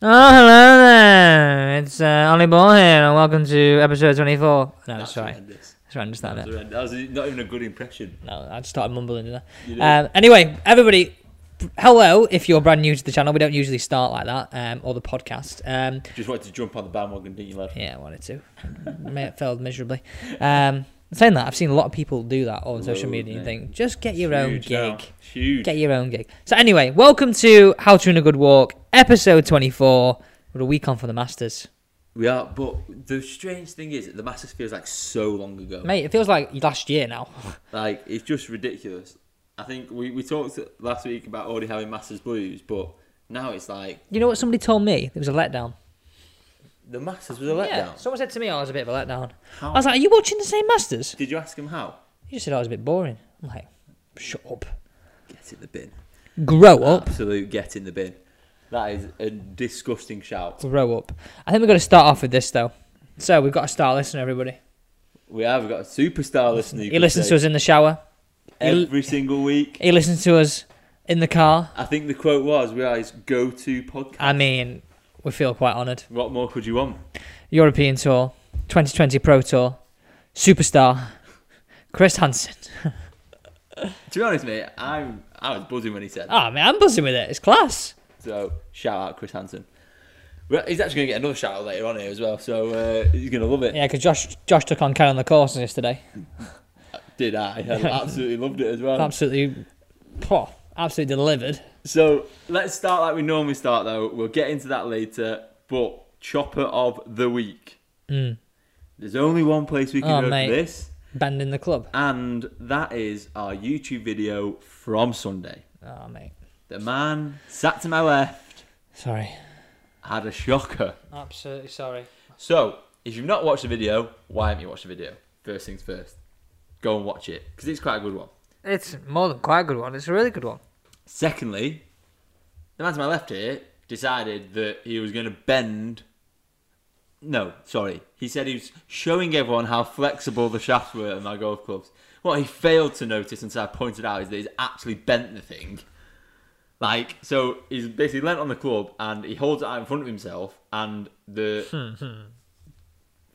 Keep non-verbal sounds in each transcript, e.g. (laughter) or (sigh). Oh, hello there. It's uh, Ollie Ball here, and welcome to episode 24. No, that's right. horrendous. That's right, I just started That's it. horrendous. That was not even a good impression. No, I just started mumbling, didn't You did. I? Um, anyway, everybody, hello. If you're brand new to the channel, we don't usually start like that, um, or the podcast. Um, Just wanted to jump on the bandwagon, didn't you, lad? yeah, I wanted to. (laughs) May it failed miserably. Um, saying that, I've seen a lot of people do that on social Loads, media and mate. think, just get your own Huge gig. now. Huge. Get your own gig. So anyway, welcome to How to Run a Good Walk, episode 24. We're a week on for the Masters. We are, but the strange thing is, the Masters feels like so long ago. Mate, it feels like last year now. Like it's just ridiculous. I think we, we talked last week about already having Masters blues, but now it's like You know what somebody told me? It was a letdown. the Masters was a letdown. Yeah, someone said to me, oh, I was a bit of a letdown. How- I was like, are you watching the same Masters? Did you ask him how? You just said I was a bit boring. I'm like, shut up. Get in the bin. Grow up. Absolute get in the bin. That is a disgusting shout. Grow up. I think we're going to start off with this, though. So we've got a star listener, everybody. We have got a superstar listener. you He could listens say, to us in the shower. he- every single week. He listens to us in the car. I think the quote was, "We are his go-to podcast." I mean, we feel quite honoured. What more could you want? European Tour, 2020 Pro Tour, superstar, Chris Hansen. To be honest, mate, I'm I was buzzing when he said. that. Ah, man, I'm buzzing with it. It's class. So shout out Chris Hansen. Well, he's actually going to get another shout out later on here as well. So uh, he's going to love it. Yeah, because Josh, Josh took on Karen the course yesterday. Did I? (laughs) I absolutely loved it as well. Absolutely, poh, absolutely delivered. So let's start like we normally start though. We'll get into that later. But chopper of the week. There's only one place we can Hmm. Oh, go mate. for this, Bending the club. and that is our YouTube video from Sunday. Oh, mate. The man sat to my left Sorry. had a shocker. Absolutely sorry. So, if you've not watched the video, why haven't you watched the video? First things first. Go and watch it, because it's quite a good one. It's more than quite a good one. It's a really good one. Secondly, the man to my left here decided that he was going to bend. No, sorry. He said he was showing everyone how flexible the shafts were at my golf clubs. What he failed to notice until I pointed out is that he's actually bent the thing. Like, so he's basically leant on the club and he holds it out in front of himself, and the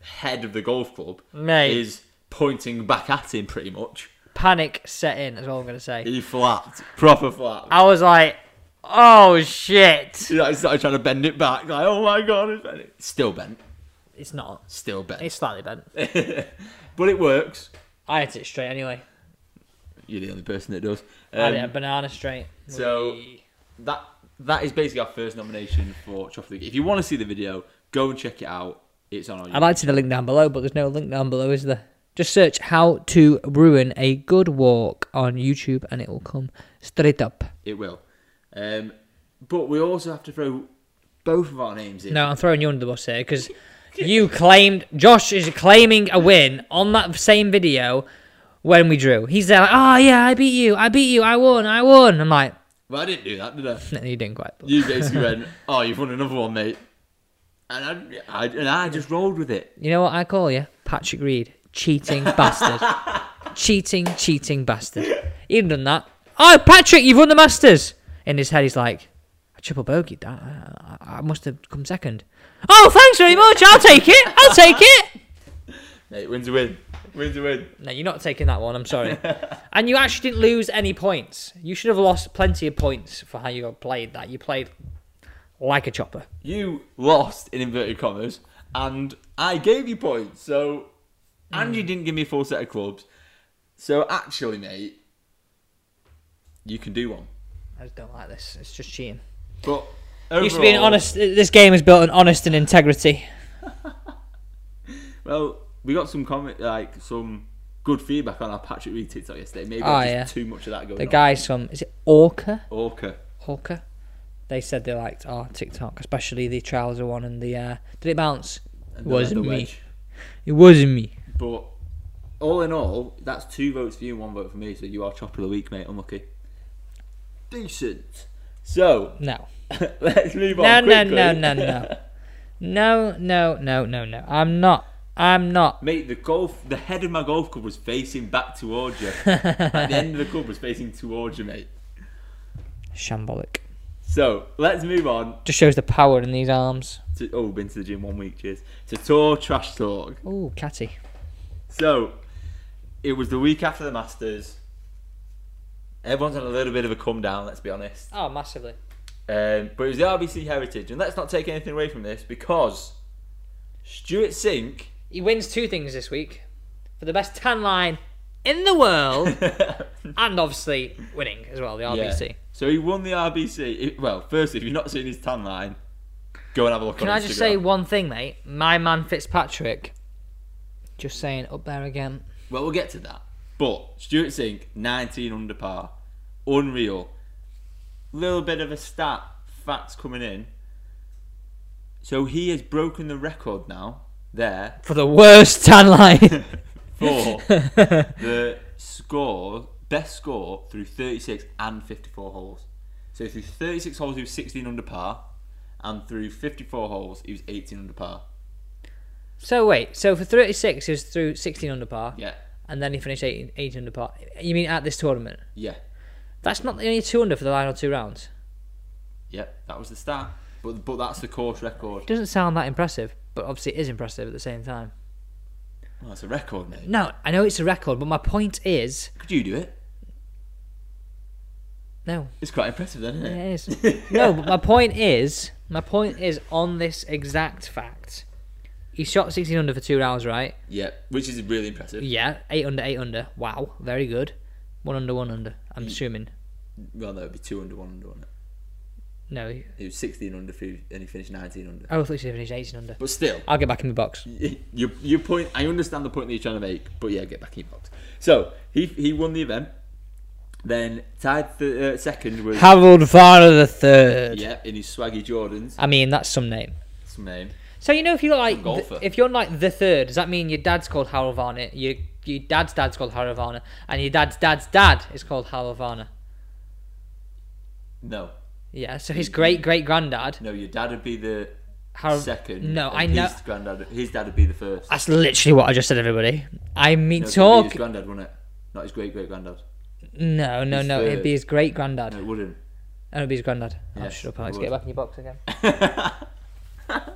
head of the golf club Mate. is pointing back at him pretty much. Panic set in, is all I'm going to say. He flapped, proper flap. I was like, oh, shit. (laughs) Yeah, I started trying to bend it back. Like, oh my god, it's bent. Still bent. It's not. Still bent. It's slightly bent. But it works. I hit it straight anyway. You're the only person that does. I hit a Um, banana straight. so- Wee. that that is basically our first nomination for Chop of the Week. If you want to see the video, go and check it out. It's on our I'd like to see the link down below, but there's no link down below, is there? Just search how to ruin a good walk on YouTube and it will come straight up. It will. Um, but we also have to throw both of our names in. No, I'm throwing you under the bus here because you claimed Josh is claiming a win on that same video when we drew. He's there like, oh yeah, I beat you, I beat you, I won, I won. I'm like, Well, I didn't do that, did I? no, you didn't quite. But You basically went, (laughs) oh, you've won another one, mate. And I, I, and I just rolled with it. you know what I call you, Patrick Reed, cheating bastard, cheating, cheating bastard. He'd done that. Oh, Patrick, you've won the Masters. In his head, he's like, I triple bogeyed that. I, I, I must have come second. Oh, thanks very much. I'll take it. I'll take it. Mate, wins a win. Wins a win. No, you're not taking that one. I'm (laughs) sorry. and you actually didn't lose any points. You should have lost plenty of points for how you played that. You played like a chopper. you lost in inverted commas, and I gave you points. So, and Hmm. you didn't give me a full set of clubs. So actually, mate, you can do one. I just don't like this. It's just cheating. But It used to be an overall- honest. This game is built on honest and integrity. Well, we got some comment, like some good feedback on our Patrick Reed TikTok yesterday. Maybe Oh, just yeah. too much of that going The on. guys from is it Orca? Orca. Orca. They said they liked our TikTok, especially the trouser one and the uh, did it bounce? It and the wasn't leather me. wedge. It wasn't me. But all in all, that's two votes for you and one vote for me. So you are chopper of the week, mate. Unlucky. Decent. So No. (laughs) let's move No, on. no, quickly. no, no, (laughs) no, no, no, no, no, no. I'm not. I'm not. Mate, the golf, the head of my golf club was facing back towards you. At the end of the club was facing towards you, mate. Shambolic. So let's move on Just shows the power in these arms. to oh, been to the gym one week. Cheers to tour trash talk. Ooh, catty. So it was the week after the Masters. Everyone's on a little bit of a come down. Let's be honest. Oh, massively. Um, but it was the RBC Heritage, and let's not take anything away from this because Stuart Sink (laughs) He wins two things this week for the best tan line in the (laughs) world, and obviously winning as well the RBC. Yeah. So he won the RBC. It- well, first, if you've not seen his tan line, go and have a look Can on I just Instagram. say one thing, mate? My man Fitzpatrick, just saying up there again. Well, we'll get to that. But Stuart Sink, 19 under par. Unreal. Little bit of a stat, facts coming in. So he has broken the record now, there, For the worst tan (laughs) line. (laughs) for the score, best score through 36 and 54 holes. So through 36 holes, he was 16 under par, and through 54 holes, he was 18 under par. so wait, so for 36 he was through 16 under par, Yeah, and then he finished 18, 18 under par. You mean at this tournament? yeah, That's not the only two under for the final two rounds. yeah. That was the stat. But but that's the course record. Doesn't sound that impressive, but obviously it is impressive at the same time. Well, that's a record, mate. No, I know it's a record, but my point is Could you do it? no, It's quite impressive, then, isn't it it? is. no, but my point is my point is on this exact fact. He shot 16 under for two rounds, right? Yeah, which is really impressive. Yeah, eight under, eight under. Wow, very good. One under, one under. I'm assuming. Well, no, it'd be two under one under, wouldn't No, it? It was 16 under, through, and he finished 19 under. I thought she finished 18 under. But still, I'll get back in the box. Y- your, your point. I understand the point that you're trying to make, but yeah, get back in your box. So he he won the event. Then tied th- uh, second was Harold Varner the third. yeah in his swaggy Jordans. I mean, that's some name. That's the name. So you know, if you look like, golfer. th- if you're like the third, does that mean your dad's called Harold Varner? Your your dad's dad's called Harold Varner, and your dad's dad's dad is called Harold Varner. No, Yeah. So his great great granddad. no, your dad would be the Harold. second. No, and I know. His granddad, his dad would be the first. That's literally what I just said, everybody. I mean, No, 'cause it'd be talk. His granddad, wouldn't it? Not his great great granddad. No, no, his no. It'd third. be his great granddad. No, it wouldn't. And it'd be his granddad. oh, Yes, shut up, it Alex. would. Get back in your box again.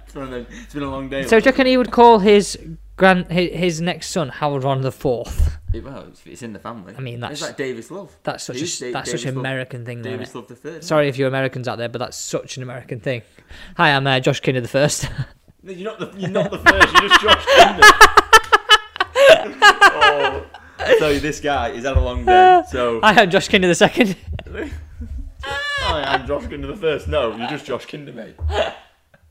It's one of them- it's been a long day. So, do you wasn't reckon he would call his grand his, his next son Harold Varner the fourth? it? It- well, it's, it's in the family. I mean, that's- it's like Davis Love. That's such a, Who's that's Da- such Davis an Love- American thing, though. Davis innit? Love the third. Sorry if you Americans out there, but that's such an American thing. Hi, I'm uh, Josh Kinder the first. (laughs) No, You're not the, you're not the first. You're just Josh (laughs) Kinder. oh, I tell you, this guy is had a long day. So Hi, I'm Josh Kinder the second. (laughs) Hi, I'm Josh Kinder the first. No, you're just Josh Kinder, mate.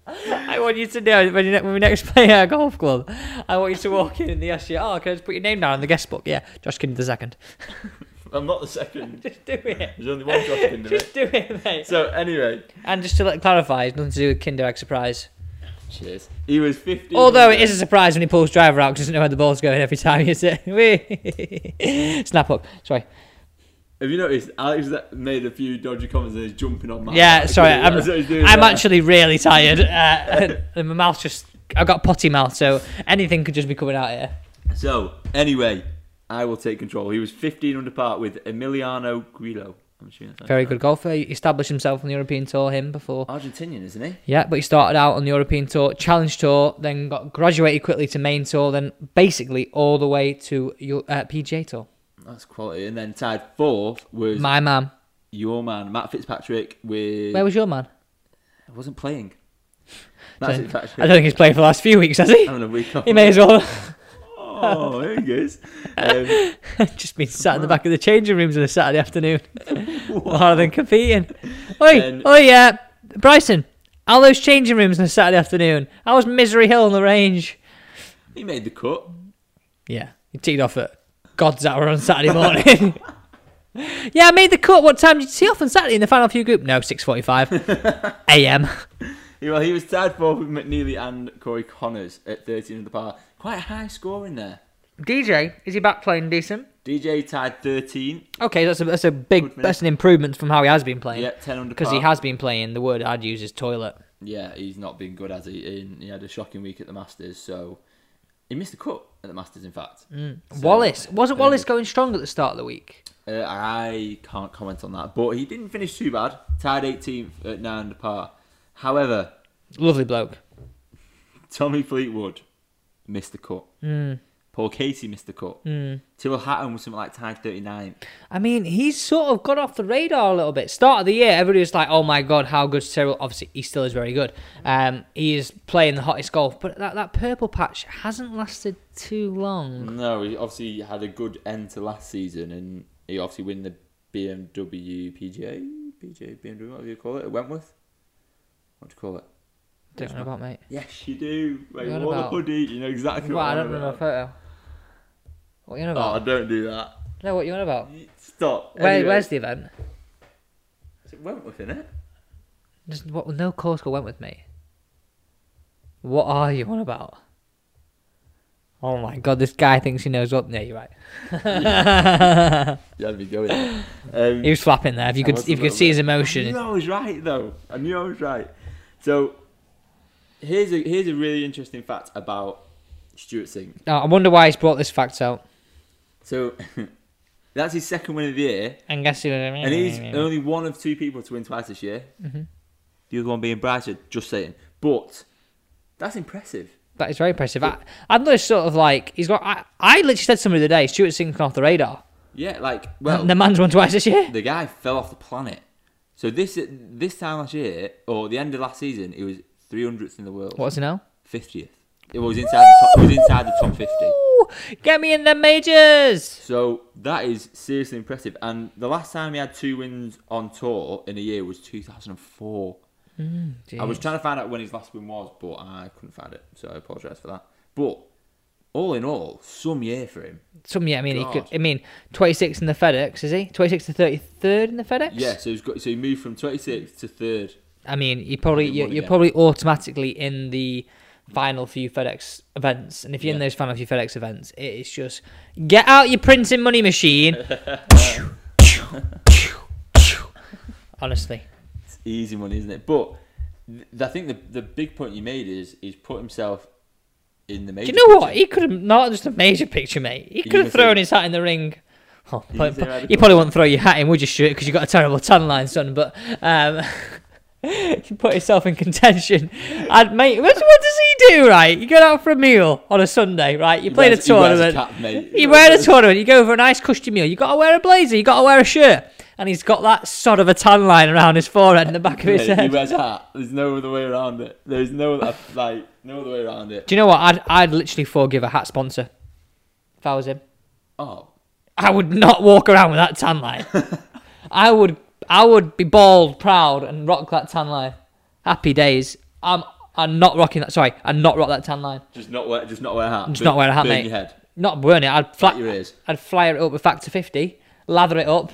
I want you to know when, you ne- when we next play at a golf club, I want you to walk in and they ask you, "Oh, can I just put your name down in the guest book?" Yeah, Josh Kinder the second. (laughs) I'm not the second. Just do it. There's only one Josh Kinder. Mate. Just do it, mate. So anyway, And just to let, clarify, it's nothing to do with Kinder Egg surprise. cheers. He was 15. Although it is a surprise when he pulls driver out because he doesn't know where the ball's going every time he hits (laughs) it. Whee! Snap up. Sorry. Have you noticed? Alex has made a few dodgy comments and he's jumping on my. Oh, Yeah, back. sorry. That's I'm, what he's doing I'm there. actually really tired. Uh, (laughs) and my mouth just. I got potty mouth, so anything could just be coming out here. So anyway, I will take control. He was 15 under par with Emiliano Grillo. I'm assuming that's Very good golfer. He established himself on the European Tour, him before. Argentinian, isn't he? Yeah, but he started out on the European Tour, Challenge Tour, then got graduated quickly to Main Tour, then basically all the way to Eu- uh, PGA Tour. That's quality. And then tied fourth was My man. your man, Matt Fitzpatrick, with. Where was your man? I wasn't playing. Matt Fitzpatrick. I don't think he's played for the last few weeks, has he? having a week off. He may as well (laughs) Oh, there he goes. Um, just been sat in the back of the changing rooms on a Saturday (laughs) afternoon rather than competing. Oi, Then- oi, yeah, Bryson. All those changing rooms on a Saturday afternoon. I was Misery Hill on the range. he made the cut. Yeah, he teed off at God's hour on Saturday morning. (laughs) yeah, I made the cut. What time did you tee off on Saturday in the final few group? No, six (laughs) forty-five a.m. He- Well, he was tied fourth with McNeely and Corey Connors at 13 under par. Quite a high score in there. DJ, is he back playing decent? DJ tied 13. Okay, that's a that's a big Good minute. that's an improvement from how he has been playing. Yeah, 10 under par. Because he has been playing, the word I'd use is toilet. Yeah, he's not been good, has he? And he had a shocking week at the Masters, so He missed the cut at the Masters, in fact. So, Mm. Wallace wasn't um, Wallace going strong at the start of the week? Uh, I can't comment on that, but he didn't finish too bad. Tied 18th at nine under par. However, Lovely bloke. Tommy Fleetwood missed the cut. Mm. Paul Casey missed the cut. Mm. Tyrrell Hatton was something like tied 39. I mean, he's sort of gone off the radar a little bit. Start of the year, everybody was like, "Oh my god, how good's Tyrrell?" Obviously, he still is very good. Um, he is playing the hottest golf, but that, that purple patch hasn't lasted too long. No, he obviously had a good end to last season, and he obviously win the BMW PGA, PGA BMW, whatever you call it, at Wentworth. What do you call it? Don't know about mate. Yes, you do. Wait, What what a about- hoodie? You know exactly Well, what I don't I'm remember my about. photo. What you on Oh, about? don't do that. No, what you on about? Stop. Where, Anyway, where's the event? is it Wentworth in it? Just, what, no course went with me. What are you on about? Oh my god, this guy thinks he knows what. Yeah, you're right. Yeah, I'd be going. there. (laughs) Um, He was flapping there. If you I could, was if a you could little see his I emotion. knew I was right though. I knew I was right. So here's a here's a really interesting fact about Stuart Singh. Oh, I wonder why he's brought this fact out. So (laughs) that's his second win of the year, And guess who? And and he's uh, only one of two people to win twice this year. The other one being Bryson. Just saying, but that's impressive. That is very impressive. I, I'm just sort of like he's got. I, I literally said to somebody the other day, Stuart Singh's gone off the radar. Yeah, like well, the man's won twice this year. the guy fell off the planet. So this this time last year, or the end of last season, he was 300th in the world, What's he now? 50th. It was inside the top. It was inside the top 50. Ooh, Get me in the majors. So that is seriously impressive. And the last time he had two wins on tour in a year was 2004. I was trying to find out when his last win was, but I couldn't find it. So I apologise for that. But all in all, some year for him. Some yeah, I mean, he could. God. I mean, 26 in the FedEx is he? 26 to 33rd in the FedEx. Yeah, so he's got so he moved from 26th to third. I mean, you probably He you're, won you're again. probably automatically in the final few FedEx events, and if you're in Yeah. those final few FedEx events, it is just get out your printing money machine. Honestly, It's easy money, isn't it? But th- I think the the big point you made is he's put himself in the do major. you know what? picture. He could have not just a major picture, mate. He could can have see- thrown his hat in the ring. Oh, You pro- can see pro- how the- you probably wouldn't throw your hat in, would you, Stuart? Because you got a terrible tan line, son. But um, (laughs) you put yourself in contention. And mate, what, what does he do? Right, you go out for a meal on a Sunday, right? You play the wears- he wears tournament. cap, (laughs) mate. You wear a tournament, you go for a nice cushy meal, you gotta wear a blazer, you gotta wear a shirt. And he's got that sod of a tan line around his forehead and the back of his He head. wears a hat. There's no other way around it. There's no other, like no other way around it. Do you know what? I'd I'd literally forgive a hat sponsor if I was him. Oh, I would not walk around with that tan (laughs) line. I would I would be bald, proud, and rock that tan line. Happy days. I'm I'm not rocking that sorry, I'm not rock that tan line. just not wear, just not wear a hat. Just not wear a hat, Burn mate. Your head. Not burn it, I'd flat your ears. I'd flyer it up with factor fifty, lather it (laughs) up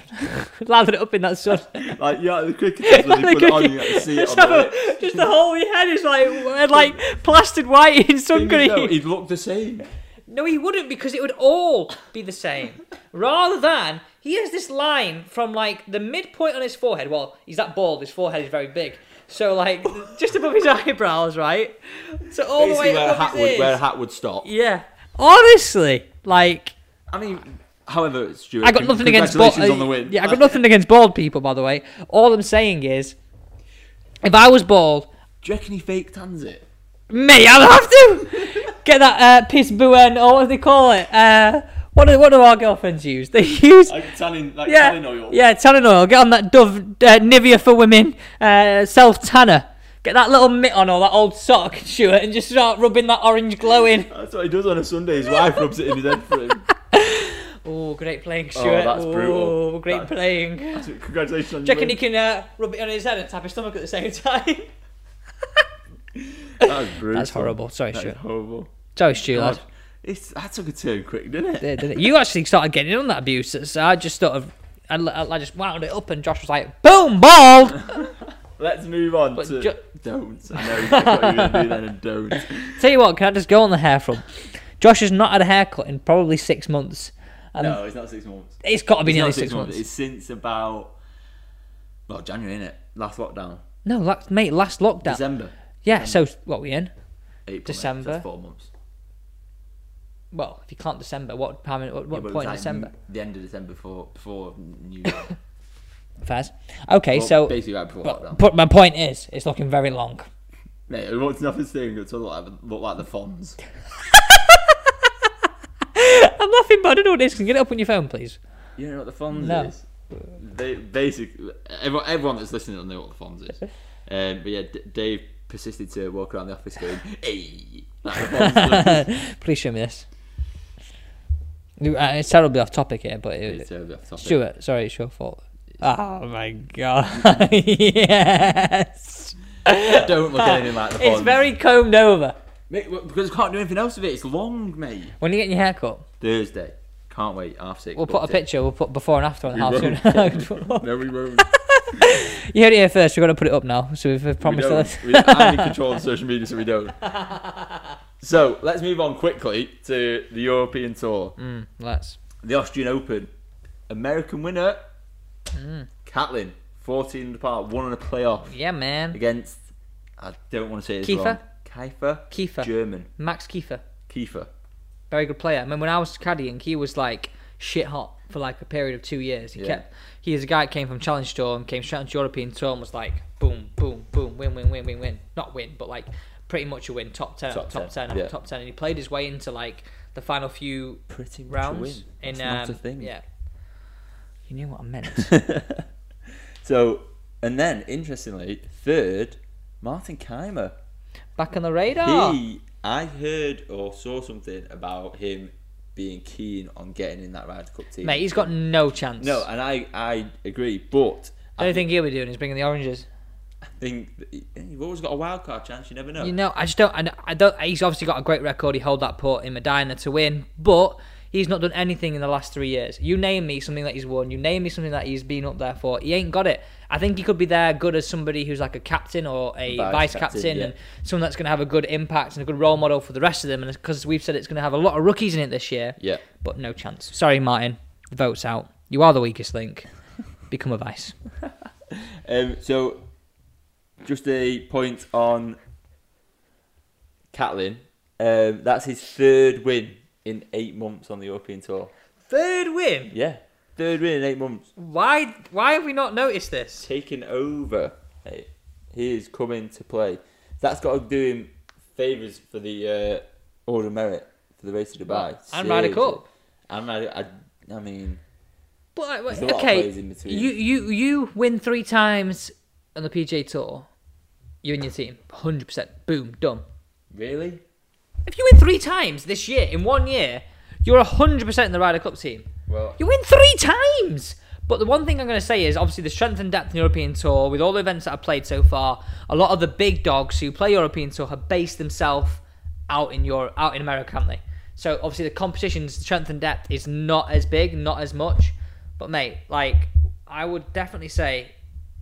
lather it up in that sun. Like yeah, the (laughs) cricketers when they put it on, you can see it on the lips. just the whole head is like (laughs) like plastered white in sun Thing is, though, cream. He'd look the same. No, he wouldn't because it would all be the same. Rather than he has this line from like the midpoint on his forehead. Well, he's that bald. His forehead is very big, so like just above his (laughs) eyebrows, right? So all the Basically, way where a above hat his would ears. where a hat would stop. Yeah, honestly, like I mean, however, Stuart, I got con- nothing against bald. congratulations on the win. Yeah, I got nothing against bald people, by the way. All I'm saying is, if I was bald, Do you reckon he fake tans it? Me, I'll have to (laughs) get that uh, piss buen or what do they call it? Uh, what do what do our girlfriends use? They (laughs) use Like tanning, like yeah, tanning oil. yeah, tannin oil. Get on that Dove uh, Nivea for women uh, self tanner. Get that little mitt on or that old sock, (laughs) Stuart, and just start rubbing that orange glow in. That's what he does on a Sunday. His wife rubs it in his head for him. Oh, great playing, Stuart. that's brutal. Ooh, great That- playing. Do So, (laughs) Congratulations on you your reckon he can win. uh, rub it on his head and tap his stomach at the same (laughs) time? That was brutal. That's horrible. Sorry, That is Stuart. horrible. Sorry, Stuart. God, it's, that took a turn quick, didn't it? Yeah, didn't it? You actually started getting in on that abuse. So I just sort of, I, I just wound it up, and Josh was like, "Boom, bald." (laughs) Let's move on But to ju- don't. (laughs) I know exactly what you're gonna do then and don't. Tell you what, can I just go on the hair from? Josh has not had a haircut in probably six months. And No, it's not six months. it's got to be It's nearly not six, months. It's since about well January, innit? Last lockdown, No, last, mate, last lockdown. December, yeah, so what we in? April, mate. December. That's four months. Well, if you can't December, what time? What, Yeah, what but it was point in like December? The end of December before before New (laughs) Year. Fairs. Okay, Well, so basically right before but, lockdown. but my point is, it's looking very long. Mate, it looks nothing serious. It's all like look like the Fonz. I'm laughing, but I don't know what it is. Can you get it up on your phone, please? You know what the Fonz No. is? They basically everyone, everyone that's listening will know what the (laughs) Fonz is. Um, but yeah, D- Dave persisted to walk around the office (laughs) going, "Hey." Like the Fonz does. please show me this. You- uh, It's terribly off topic here, but it, It's over the top. Stuart, sorry, it's your fault. Oh my (laughs) god! yes, Don't look anything like the (laughs) Fonz. it's very combed over. Mate, well, because I can't do anything else with it. It's long, mate. When you getting your haircut, Thursday. Can't wait. Half six. we'll put a booked it. picture. We'll put before and after on We the house. (laughs) won't. soon. (laughs) no, we won't. you heard it here first. We're gonna put it up now. So we've promised to (laughs) we don't. We don't have any control of social media, so we don't. So let's move on quickly to the European Tour, Mm, let's. the Austrian Open. American winner, Mm. Catlin, 14 under par, won on a playoff Yeah, man. against. I don't want to say this Kiefer? wrong. Kiefer. Kiefer. German. Max Kiefer, Kiefer. very good player. I mean, when I was caddying, he was like shit hot for like a period of two years. He Yeah. kept. He is a guy that came from Challenge Tour and came straight onto European Tour and was like boom, boom, boom, win, win, win, win, win. Not win, but like pretty much a win, top ten, Top top, 10, ten, yeah. top ten, and he played his way into like the final few Pretty much a rounds win. in That's um, not a thing. yeah. You knew what I meant. (laughs) So, and then interestingly, third, Martin Keimer. Back on the radar. He, I heard or saw something about him being keen on getting in that Ryder Cup team. Mate, he's got no chance. No, and I, I agree, but The only I thing he'll be doing is bringing the oranges. think that he- you've always got a wild card chance. You never know. You know, I just don't. I, don't- I don't. He's obviously got a great record. He held that port in Medina to win, but he's not done anything in the last three years. You name me something that he's won. You name me something that he's been up there for. He ain't got it. I think he could be there good as somebody who's like a captain or a Vice vice, captain, captain, yeah. and someone that's going to have a good impact and a good role model for the rest of them. And because we've said it's going to have a lot of rookies in it this year, Yeah. but no chance. Sorry, Martin. The vote's out. You are the weakest link. Become a vice. Um, so, just a point on Catlin. Um, that's his third win in eight months on the European Tour. Third win. Yeah, third win in eight months. Why? Why have we not noticed this? taken over. Hey, he is coming to play. That's got to do him favours for the uh, Order of Merit for the race to Dubai. And Ryder Seriously. Cup. And Ryder. I, I mean, But like, There's a lot of okay, players in between. you you you win three times on the PJ Tour, you and your team, hundred percent, boom, done. really? If you win three times this year in one year, you're hundred percent in the Ryder Cup team. Well, You win three times. But the one thing I'm going to say is obviously the strength and depth in the European Tour, with all the events that I've played so far, a lot of the big dogs who play European Tour have based themselves out in Europe, out in America, haven't they? So obviously the competition's strength and depth is not as big, not as much. But mate, like I would definitely say,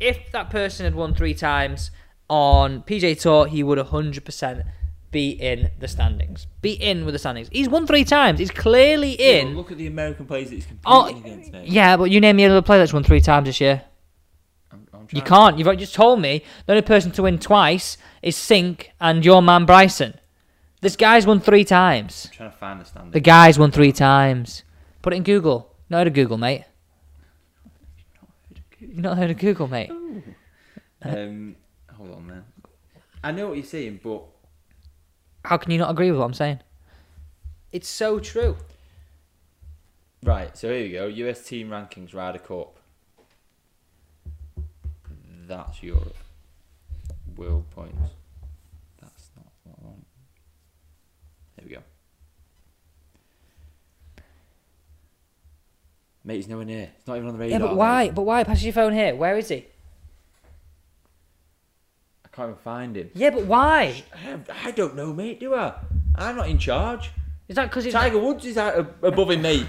if that person had won three times on PJ Tour, he would 100% be in the standings. Be in with the standings. He's won three times. He's clearly in. well, look at the American players that he's competing Oh, against. Mate. Yeah, but you name me another player that's won three times this year. I'm, I'm You trying. can't. You've just told me the only person to win twice is Sink and your man Bryson. This guy's won three times. I'm trying to find the standard. The guy's won three times. Put it in Google. Not heard of Google, mate. You've not heard of Google, mate. um, hold on, man. I know what you're saying, but How can you not agree with what I'm saying? It's so true. right. So here we go. US team rankings, Ryder Cup. That's Europe. World points. That's not what I want. There we go. Mate, he's nowhere near. It's not even on the Yeah, radar. but mate. why? But why? Pass your phone here. Where is he? I can't even find him. (sighs) Yeah, but why? I, I don't know, mate. Do I? I'm not in charge. Is that because he's Tiger Woods is out ab- above him, mate.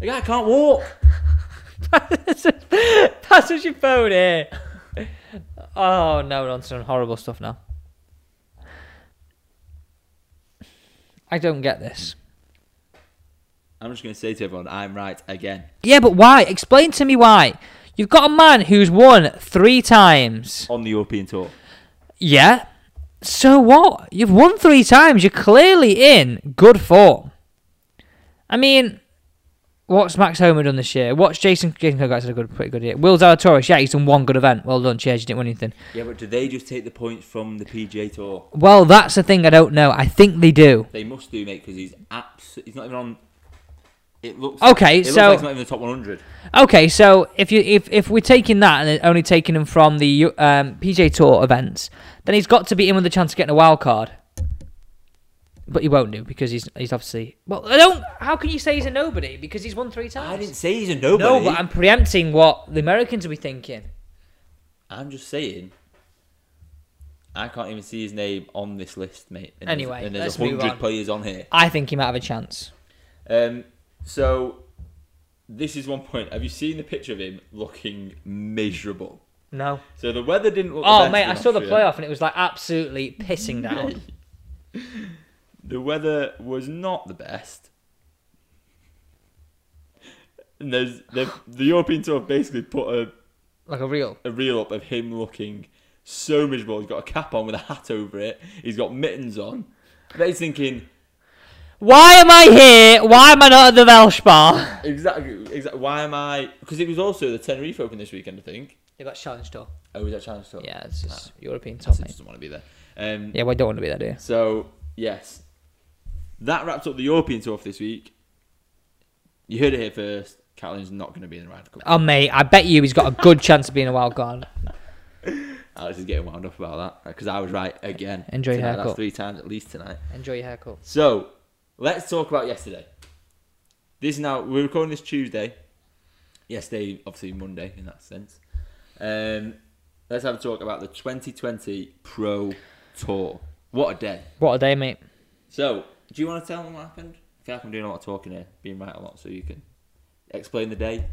The guy can't walk. Pass us your phone here. Oh no, we're on some horrible stuff now. I don't get this. I'm just going to say to everyone, I'm right again. Yeah, but why? Explain to me why. You've got a man who's won three times. On the European tour. Yeah. So what? You've won three times. You're clearly in good form. I mean, what's Max Homer done this year? What's Jason Jason Kogak's had a good, pretty good year. Will Zalatoris, yeah, he's done one good event. Well done, cheers. You didn't win anything. Yeah, but do they just take the points from the PGA Tour? Well, that's the thing I don't know. I think they do. They must do, mate, because he's abs- He's not even on. It looks. Okay, it looks so- like he's not even in the top 100. Okay, so if you if, if we're taking that and only taking him from the um, PJ Tour events, then he's got to be in with a chance of getting a wild card. But he won't do because he's he's obviously well. I don't. How can you say he's a nobody because he's won three times? I didn't say he's a nobody. no, but I'm preempting what the Americans will be thinking. I'm just saying. I can't even see his name on this list, mate. And Anyway, there's, and there's let's move 100 on. players on here. I think he might have a chance. Um, so this is one point. Have you seen the picture of him looking miserable? No. So the weather didn't look. the Oh best mate, in I saw the Austria. playoff and it was like absolutely pissing (laughs) down. The weather was not the best. And there's the, the European Tour basically put a, like a real. a reel up of him looking so miserable. He's got a cap on with a hat over it. He's got mittens on. But he's thinking Why am I here? Why am I not at the Welsh bar? exactly, exactly why am I? Because it was also the Tenerife Open this weekend, I think. You got challenged though. Oh, was that Challenge Tour? Yeah, it's just European I top mate. doesn't want to be there. Um, Yeah, well, I don't want to be there, do you? So yes, that wraps up the European tour for this week. You heard it here first. Catalan's not going to be in the Ryder Cup. Oh, mate, I bet you he's got a good chance of being a wild card. Alex is getting wound up about that because I was right again. Enjoy your tonight. That's haircut. three times at least tonight. Enjoy your haircut. So let's talk about yesterday. This is now we're recording this Tuesday. Yesterday, obviously Monday in that sense. Um, let's have a talk about the 2020 Pro Tour. What a day! What a day, mate. So, do you want to tell them what happened? I feel like I'm doing a lot of talking here, being right a lot, so you can explain the day.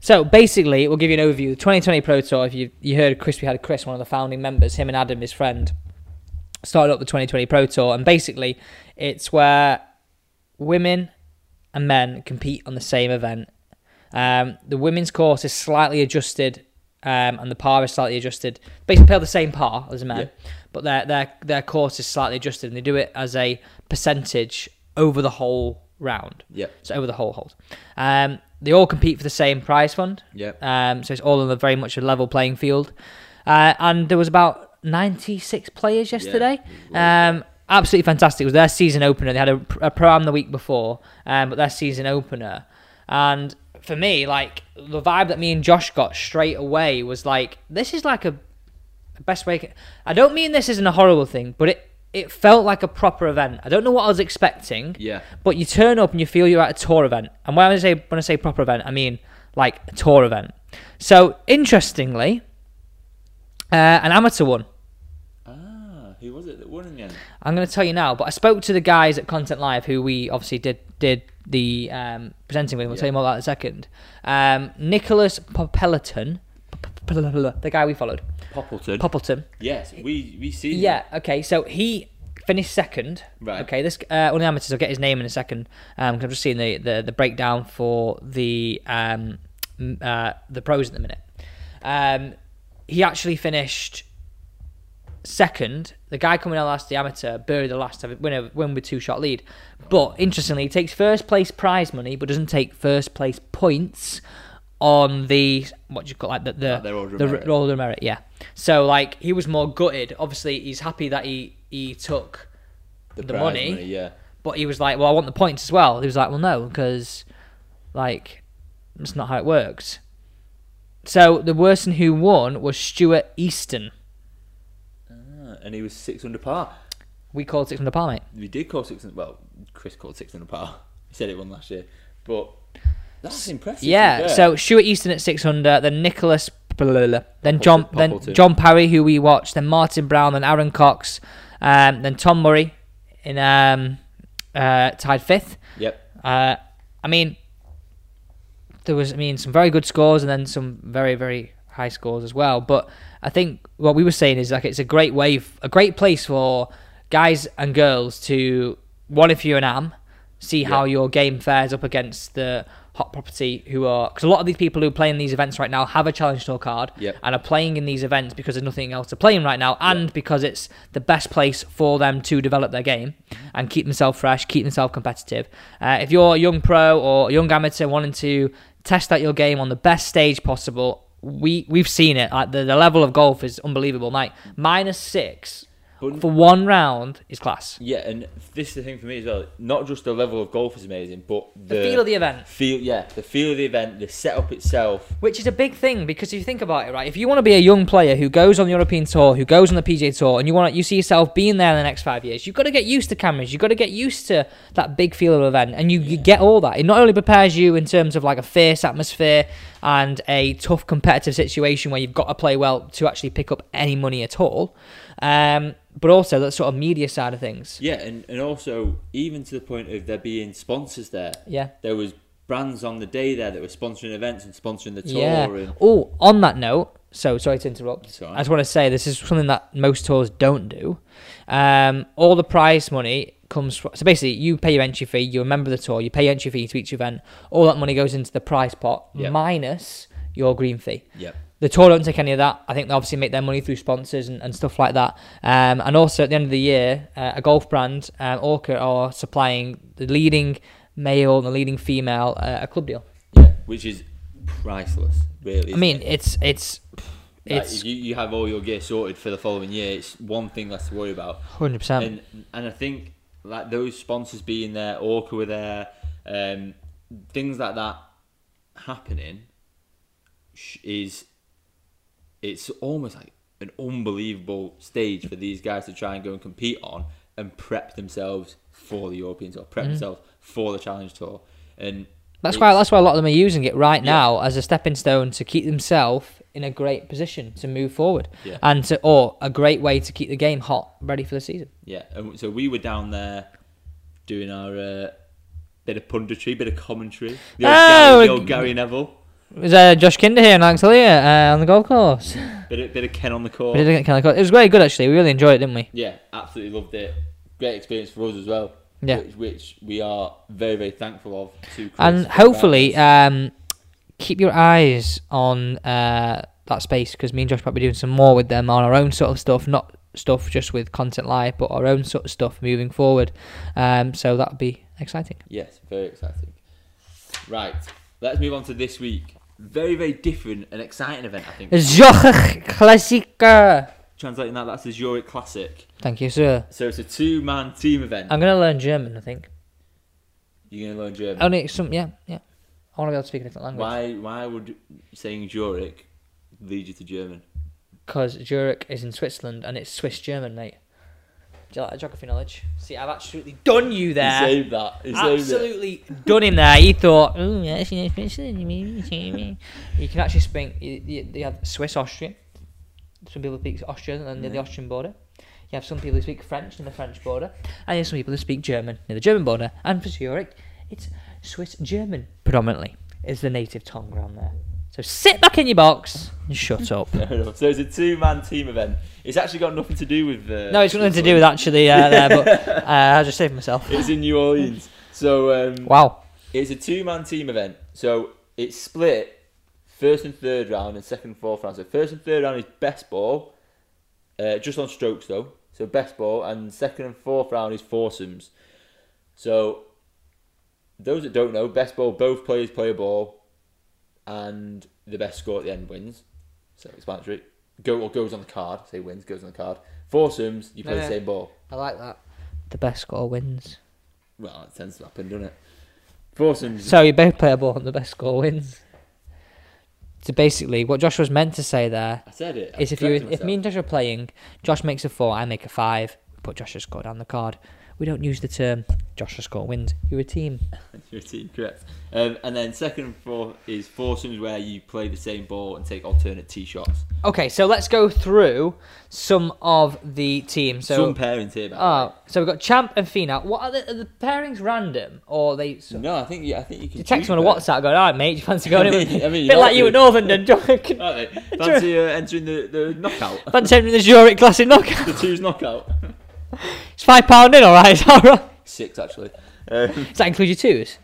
So basically, we'll give you an overview. The 2020 Pro Tour. If you you heard Chris, we had Chris, one of the founding members, him and Adam, his friend, started up the 2020 Pro Tour, and basically, it's where women and men compete on the same event. Um, the women's course is slightly adjusted, um, and the par is slightly adjusted. Basically, play on the same par as men, but their their their course is slightly adjusted, and they do it as a percentage over the whole round. Yep. So over the whole hold. Um, they all compete for the same prize fund. Yep. Um, so it's all on a very much a level playing field. Uh, and there was about 96 players yesterday. um, absolutely fantastic. It was their season opener. They had a, a pro-am the week before, um, but their season opener. And for me, like, the vibe that me and Josh got straight away was like, this is like a the best way. I, can- I don't mean this isn't a horrible thing, but it it felt like a proper event. I don't know what I was expecting. Yeah. But you turn up and you feel you're at a tour event. And when I say when I say proper event, I mean like a tour event. So interestingly, uh, an amateur one. Ah, who was it that won in the end? I'm going to tell you now, but I spoke to the guys at Content Live who we obviously did did the um, presenting with. We'll tell you more about that in a second. Um, Nicholas Popelton, the guy we followed, Poppleton. Poppleton. yes, we we see. Yeah. Okay. So he finished second. Right. Okay. This uh, one of the amateurs. I'll get his name in a second. Um, 'cause I'm just seeing the, the the breakdown for the um m- uh the pros at the minute. Um, he actually finished second. The guy coming out last, the amateur, buried the last of winner, win with two shot lead. But interestingly, he takes first place prize money, but doesn't take first place points on the what do you call like the the, Like Oh, their order of the merit. order of merit. Yeah. So like he was more gutted. Obviously, he's happy that he he took the, the prize money. Yeah, but he was like, "Well, I want the points as well." He was like, "Well, no, because like that's not how it works." So the person who won was Stuart Easton. Ah, and he was six under par. We called six under par, mate. We did call six. Under, well, Chris called six under par. (laughs) He said it won last year, but that's impressive. to be Yeah. fair. So Stuart Easton at six under, then Nicholas, blah, blah, blah, then Poppleton- John, then Poppleton. John Parry, who we watched, then Martin Brown, then Aaron Cox, um, then Tom Murray, in um, uh, tied fifth. Yep. Uh, I mean, there was, I mean, some very good scores and then some very, very high scores as well. But I think what we were saying is like it's a great way, f- a great place for guys and girls to one, if you're an am, see how your game fares up against the Hot Property, who are because a lot of these people who play in these events right now have a challenge tour card Yep. and are playing in these events because there's nothing else to play in right now, and because it's the best place for them to develop their game and keep themselves fresh, keep themselves competitive. Uh, if you're a young pro or a young amateur wanting to test out your game on the best stage possible, we we've seen it. Like the, the level of golf is unbelievable. Like minus six But- for one round is class. Yeah, and this is the thing for me as well. Not just the level of golf is amazing, but the, The feel of the event. feel. Yeah, the feel of the event, the setup itself. Which is a big thing because if you think about it, right? If you want to be a young player who goes on the European tour, who goes on the PGA tour, and you want to, you see yourself being there in the next five years, you've got to get used to cameras. You've got to get used to that big feel of event, and you, you get all that. It not only prepares you in terms of like a fierce atmosphere and a tough competitive situation where you've got to play well to actually pick up any money at all, um, but also that sort of media side of things. Yeah, and, and also even to the point of there being sponsors there. Yeah. There was brands on the day there that were sponsoring events and sponsoring the tour. Yeah. And Oh, on that note, so sorry to interrupt. It's all right. I just want to say this is something that most tours don't do. Um, all the prize money comes from, so basically you pay your entry fee, you remember the tour, you pay your entry fee to each event. All that money goes into the prize pot Yeah. minus your green fee. yep. The tour don't take any of that. I think they obviously make their money through sponsors and, and stuff like that. Um, and also at the end of the year, uh, a golf brand, um, Orca, are supplying the leading male and the leading female uh, a club deal. Yeah, which is priceless, really. I mean, it's it's it's, it's you, you have all your gear sorted for the following year. It's one thing less to worry about. hundred percent. and and I think like those sponsors being there, Orca were there, um, things like that happening sh- is it's almost like an unbelievable stage for these guys to try and go and compete on and prep themselves for the European Tour, prep themselves for the Challenge Tour, and That's it's- why that's why a lot of them are using it right Yeah. now as a stepping stone to keep themselves in a great position to move forward, Yeah. and to or a great way to keep the game hot, ready for the season. Yeah, and so we were down there doing our uh, bit of punditry, bit of commentary. The old, Oh, Gary, the old Gary Neville, It was uh, Josh Kinder here and Alex Lear uh, on the golf course. bit of, bit of Ken on the We court. did it, kind of, it was very good actually. We really enjoyed it, didn't we? Yeah, absolutely loved it. Great experience for us as well. Yeah. Which, which we are very, very thankful of to Chris and for hopefully that. um, keep your eyes on uh, that space because me and Josh might be doing some more with them on our own sort of stuff, not stuff just with content live, but our own sort of stuff moving forward. Um, so that would be exciting. Yes, very exciting. Right, let's move on to this week. Very, very different and exciting event, I think. Zurich Klassiker. Translating that, that's the Zurich Classic. Thank you, sir. So it's a two man team event. I'm gonna learn German, I think. You're going to learn German. Only some, yeah, yeah. I want to be able to speak a different language Why why would saying Zurich lead you to German? because Zurich is in Switzerland and it's Swiss German, mate. Do you like that geography knowledge? See, I've absolutely done you there. He saved that. He saved it. absolutely done him there. He thought, oh, yes, yes, yes, yes, yes, yes." you can actually speak. You, you, you have Swiss Austrian. Some people speak Austrian and near the Austrian border. You have some people who speak French near the French border, and you have some people who speak German near the German border. And for Zurich, it's Swiss German predominantly is the native tongue around there. So sit back in your box and shut up. (laughs) (laughs) Fair enough. So it's a two-man team event. It's actually got nothing to do with. Uh, No, it's got nothing to do with actually uh, there, (laughs) but uh, I just saved myself. It's in New Orleans. So um, Wow. It's a two man team event. So it's split first and third round and second and fourth round. So first and third round is best ball, uh, just on strokes though. So best ball, and second and fourth round is foursomes. So those that don't know, best ball, both players play a ball, and the best score at the end wins. So explanatory. Go or goes on the card. Say wins, goes on the card. Foursomes, you play Yeah. the same ball. I like that. The best score wins. Well, that tends to happen, doesn't it? Foursomes. So you both play a ball and the best score wins. So basically, what Josh was meant to say there I said it. I is if you corrected if me myself. and Josh are playing, Josh makes a four, I make a five, put Josh's score down the card. We don't use the term Josh's score wins. You're a team. Your team, correct. Um, and then second and fourth is foursomes where you play the same ball and take alternate tee shots. Okay, so let's go through some of the teams. So Some pairings here, by the way. oh, so we've got Champ and Fina. What are the, are the pairings random or are they? So, No, I think you, I think you can. you text choose them on a that. WhatsApp going, "All right, mate, do you fancy going in?" (laughs) I mean, bit you like might you at do. Northern and (laughs) John. Aren't they? Fancy uh, entering the, the knockout, (laughs) Fancy entering the Zurich Classic knockout. the twos knockout. It's (laughs) five pound in, all right. All right. Six actually. Um, Does that include your twos?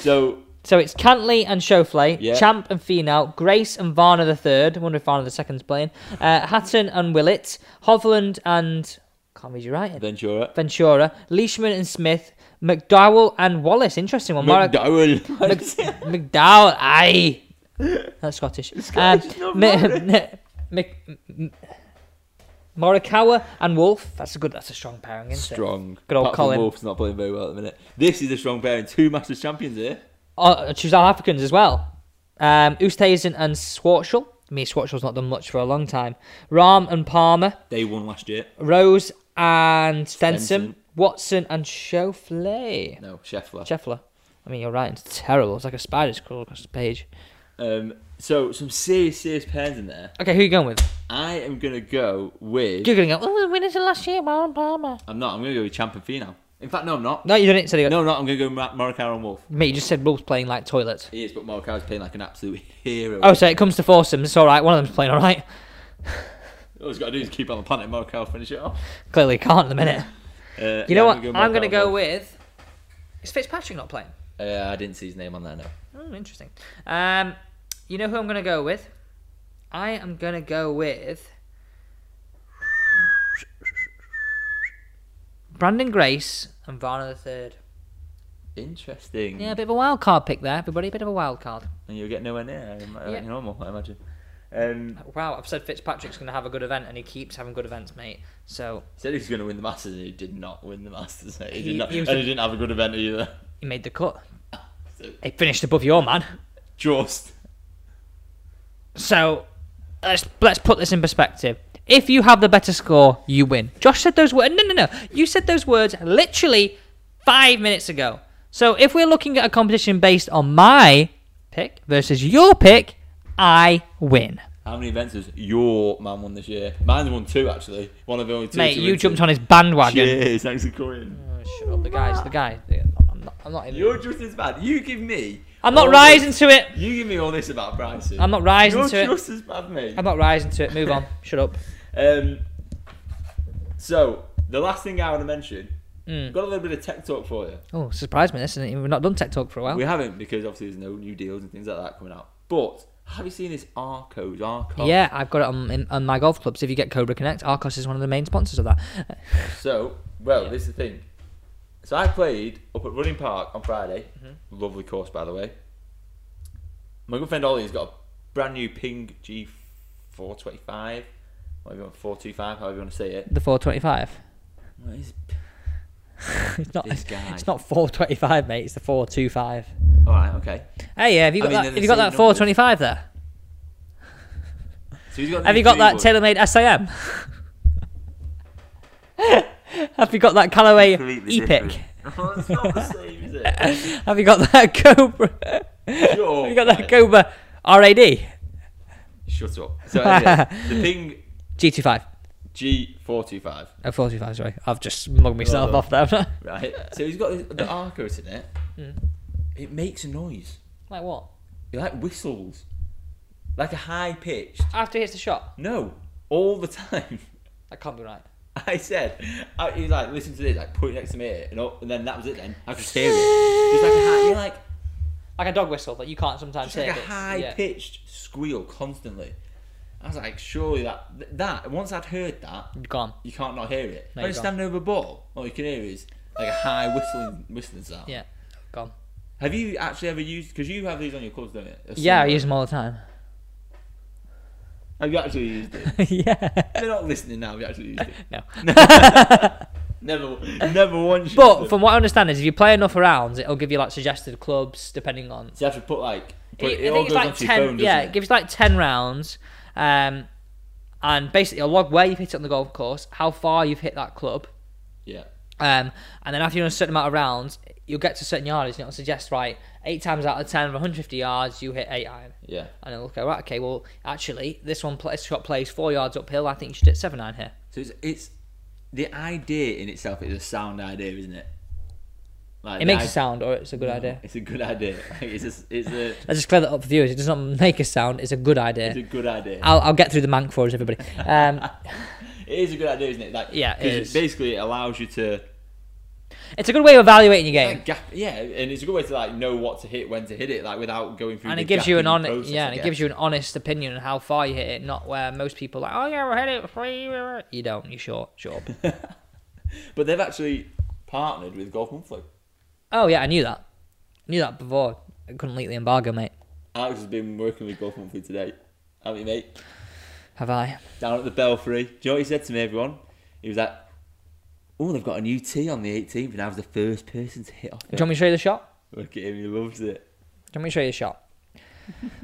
So So it's Cantley and Schofley, Yeah. Champ and Finau, Grace and Varner the third. I wonder if Varner the second's playing. Uh, Hatton and Willett, Hovland and can't read your writing. Ventura. Ventura, Leishman and Smith, McDowell and Wallace. Interesting one. Mark- McDowell. McDowell, aye. That's Scottish. Scottish, Um, not Mc- Mc- M- Morikawa and Wolf. That's a good. That's a strong pairing, isn't it? strong. Good old Apart from Colin. Wolf's not playing very well at the minute. This is a strong pairing. Two Masters champions here. Oh, she's South Africans as well. Um, Oosthuizen and Schwartzel. I mean, Schwartzel's not done much for a long time. Rahm and Palmer. They won last year. Rose and Stenson. Stenson. Watson and Schauffele. No, Scheffler. Scheffler. I mean, you're right. It's terrible. It's like a spider's crawl across the page. Um, so some serious, serious pairs in there. Okay, who you going with? I am gonna go with. You're going to go, oh, the winners of last year, Rahm and Palmer. I'm not. I'm gonna go with Champ and Finau. In fact, no, I'm not. No, you didn't. So you No, I'm not. I'm gonna go with Mar- Morikawa and Wolf. Mate, you just said Wolves playing like toilet. He is, but Morikawa's playing like an absolute hero. Oh, so it comes to foursomes. It's all right. One of them's playing all right. All he's got to do is keep on the planet. Morikawa finish it off. Clearly can't at the minute. Uh, You know what? I'm going to go with. Is Fitzpatrick not playing? Uh, I didn't see his name on there. No. Oh, interesting. Um, you know who I'm going to go with? I am going to go with. Brandon Grace and Varner the third. Interesting. Yeah, a bit of a wild card pick there, everybody. A bit of a wild card. And you'll get nowhere near um, like Yeah. normal, I imagine. Um, Wow, I've said Fitzpatrick's going to have a good event, and he keeps having good events, mate. So he said he was going to win the Masters, and he did not win the Masters. (laughs) mate. He, He- did not, he was and a- he didn't have a good event either. (laughs) he made the cut. He finished above your man. Just So let's let's put this in perspective. If you have the better score, you win. Josh said those words. No, no, no. You said those words literally five minutes ago. So if we're looking at a competition based on my pick versus your pick, I win. how many events has your man won this year? Mine's won two actually. One of the only two. Mate, you jumped on his bandwagon. Cheers, thanks for coming. Oh, shut up, the guys. The guy. I'm not. I'm not, in- You're just as bad. You give me. I'm not all rising this- to it. You give me all this about Bryson. I'm not rising You're to it. just as bad, mate. I'm not rising to it. Move on. Shut up. Um, so the last thing I want to mention, Mm. got a little bit of tech talk for you. Oh, surprised me this, isn't it? We've not done tech talk for a while. We haven't because obviously there's no new deals and things like that coming out. But have you seen this R code? R code. Yeah, I've got it on in, on my golf clubs. If you get Cobra Connect, Arcos is one of the main sponsors of that. (laughs) So well, this is the thing. So I played up at Running Park on Friday. Mm-hmm. Lovely course, by the way. My good friend Ollie's got a brand new Ping G four twenty five. Whatever you want, four two five, however you want to say it. The 425. What is (laughs) It's not. This (laughs) guy. It's not 425, mate. It's the 425. all right, okay. Hey, yeah, have you I got mean, that? they're the Have you got same that numbers. 425 there? So he's got. the Have new you got three that TaylorMade wood. SIM? (laughs) have you got that Callaway Completely Epic? different. (laughs) Oh, it's not the same, (laughs) is it? Have you got that (laughs) Cobra? have you got that go? Cobra RAD Shut up. (laughs) So anyway, the Ping G25? G four two five. Oh, 425, sorry. I've just mugged myself Well off there. (laughs) haven't Right. So he's got this- (laughs) the Arcos in it. Mm. It makes a noise. I? like what? It like whistles, like a high pitched. After he hits the shot? No, all the (laughs) time. That can't be right. I said, I, he was like, listen to this, like put it next to me, and, all, and then that was it. Then I could hear it. Just like a high, you're like, Like a dog whistle that you can't sometimes It's like hear. a but it's- high yeah. pitched squeal constantly. I was like, surely that th- that once I'd heard that, Gone. you can't not hear it. No, when you it's can't. standing over a ball, all you can hear is like a high whistling whistling sound. Yeah. Gone. Have you actually ever used? Because you have these on your clubs, don't you? Or Yeah, I somewhere. use them all the (laughs) time. Have you actually used it? yeah. They're not listening now. Have you actually used it? (laughs) No. Never, never once. used But it. from what I understand is if you play enough rounds, it'll give you like suggested clubs depending on. so you have to put like. Put, it, I think all goes it's like onto ten. your phone, doesn't yeah, it? it gives you like ten rounds, um, and basically a log where you've hit it on the golf course, how far you've hit that club, yeah. um, and then after you're on a certain amount of rounds, you'll get to certain yardage and it'll suggest right eight times out of ten, 150 yards, you hit eight iron. Yeah. And it'll go, right, okay, well, actually, this one pl- this shot plays four yards uphill. I think you should hit seven nine here. So it's, it's the idea in itself is a sound idea, isn't it? Like It the makes idea- a sound, or it's a good idea. It's a good idea. (laughs) Like, It's a, it's a, Let's just clear that up for viewers. It does not make a sound. It's a good it's a idea. good idea. (laughs) I'll, I'll get through the mank for us, everybody. Um, (laughs) It is a good idea, isn't it? Like, Yeah, it 'cause is. Basically, it allows you to It's a good way of evaluating your game. That gap, yeah, and it's a good way to like know what to hit, when to hit it, like without going through. and the it gives you an gapping on process, yeah, I and it guess. gives you an honest opinion on how far you hit it, not where most people are like, oh yeah, I hit it free. You don't. You short, (laughs) short. But they've actually partnered with Golf Monthly. oh yeah, I knew that. knew that before. I couldn't leak the embargo, mate. Alex has been working with Golf Monthly today, haven't you, mate? Have I? Down at the Belfry. Do you know what he said to me, everyone? He was like, "Oh, they've got a new tee on the 18th, and I was the first person to hit off Do it." you want me to show you the shot? Look at him, he loves it. Do you want me to show you the shot?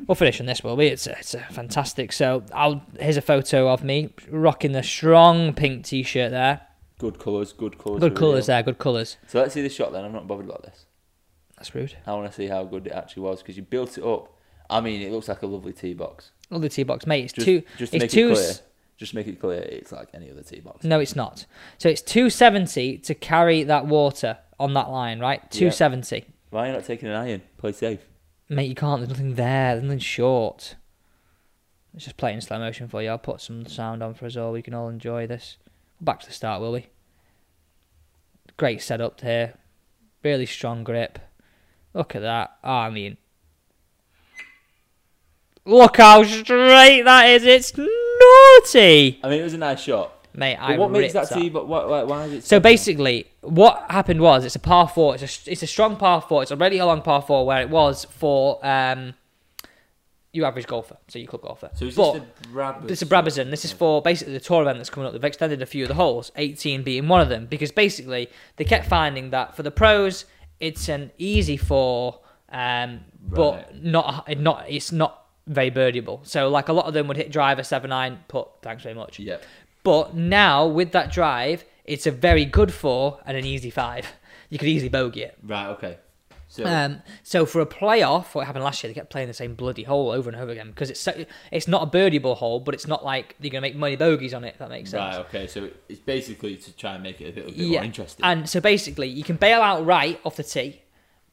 we'll finish on this, will we? It's a, it's a fantastic. So I'll here's a photo of me rocking the strong pink t-shirt there. Good colours, good colours. Good for colours real. there. Good colours. So let's see the shot then. I'm not bothered about this. That's rude. I want to see how good it actually was because you built it up. I mean, it looks like a lovely tee box. Oh, the tee box, mate. It's Just, two. just to it's make two. it s- clear. Just to make it clear, it's like any other tee box. No, it's not. So it's 270 to carry that water on that line, right? 270. Why are you not taking an iron? Play safe. Mate, you can't. There's nothing there. There's nothing short. Let's just play it in slow motion for you. I'll put some sound on for us all. We can all enjoy this. Back to the start, will we? Great setup here. Really strong grip. Look at that. Ah, I mean, look how straight that is. It's naughty, I mean, it was a nice shot. mate. But I what makes ripped that tee box? Why, why, why is it? So simple? basically, what happened was it's a par four. It's a it's a strong par four. It's already a long par four where it was for um, you average golfer, so you club golfer. So is but this the Brabus? Oh, this is Brabazon. This is for basically the tour event that's coming up. They've extended a few of the holes, 18 being one of them, because basically they kept finding that for the pros it's an easy four, um, but Right. not not it's not very birdieable. So like a lot of them would hit driver seven nine put. Thanks very much. Yeah. But now with that drive, it's a very good four and an easy five. You could easily bogey it. Right. Okay. So Um, so for a playoff, what happened last year, they kept playing the same bloody hole over and over again because it's so, it's not a birdieable hole, but it's not like you're gonna make money bogeys on it. If that makes sense. right. Okay. So it's basically to try and make it a little bit Yeah. more interesting. And so basically, you can bail out right off the tee,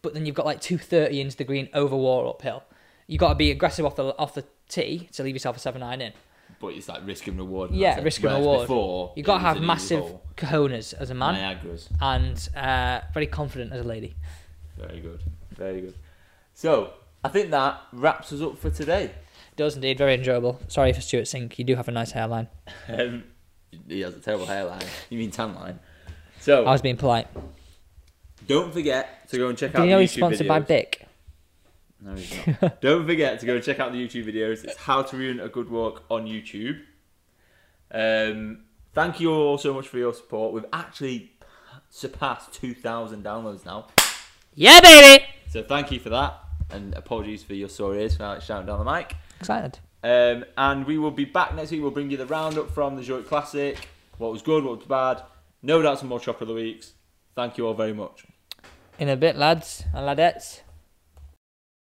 but then you've got like two thirty into the green over war uphill. You got to be aggressive off the off the tee to leave yourself a seven nine in. but it's like risk and reward. and Yeah, that's it. risk and Whereas reward. Before You got it to was have an easy massive hole. cojones as a man. Niagara's. and uh, very confident as a lady. Very good. Very good. So I think that wraps us up for today. Does indeed very enjoyable. Sorry for Stuart Sink. You do have a nice hairline. Um, (laughs) he has a terrible hairline. You mean tan line? So I was being polite. don't forget to go and check Do out. you know the he's YouTube sponsored videos. by Bic? No, he's not. Don't forget to go and check out the YouTube videos. It's How to Ruin a Good Walk on YouTube. Um, thank you all so much for your support. We've actually surpassed 2,000 downloads now. Yeah, baby. So thank you for that. And apologies for your sore ears for Alex shouting down the mic. Excited. Um, and we will be back next week. We'll bring you the roundup from the Zurich Classic. What was good, what was bad. No doubt some more Chopper of the Weeks. Thank you all very much. In a bit, lads and ladettes.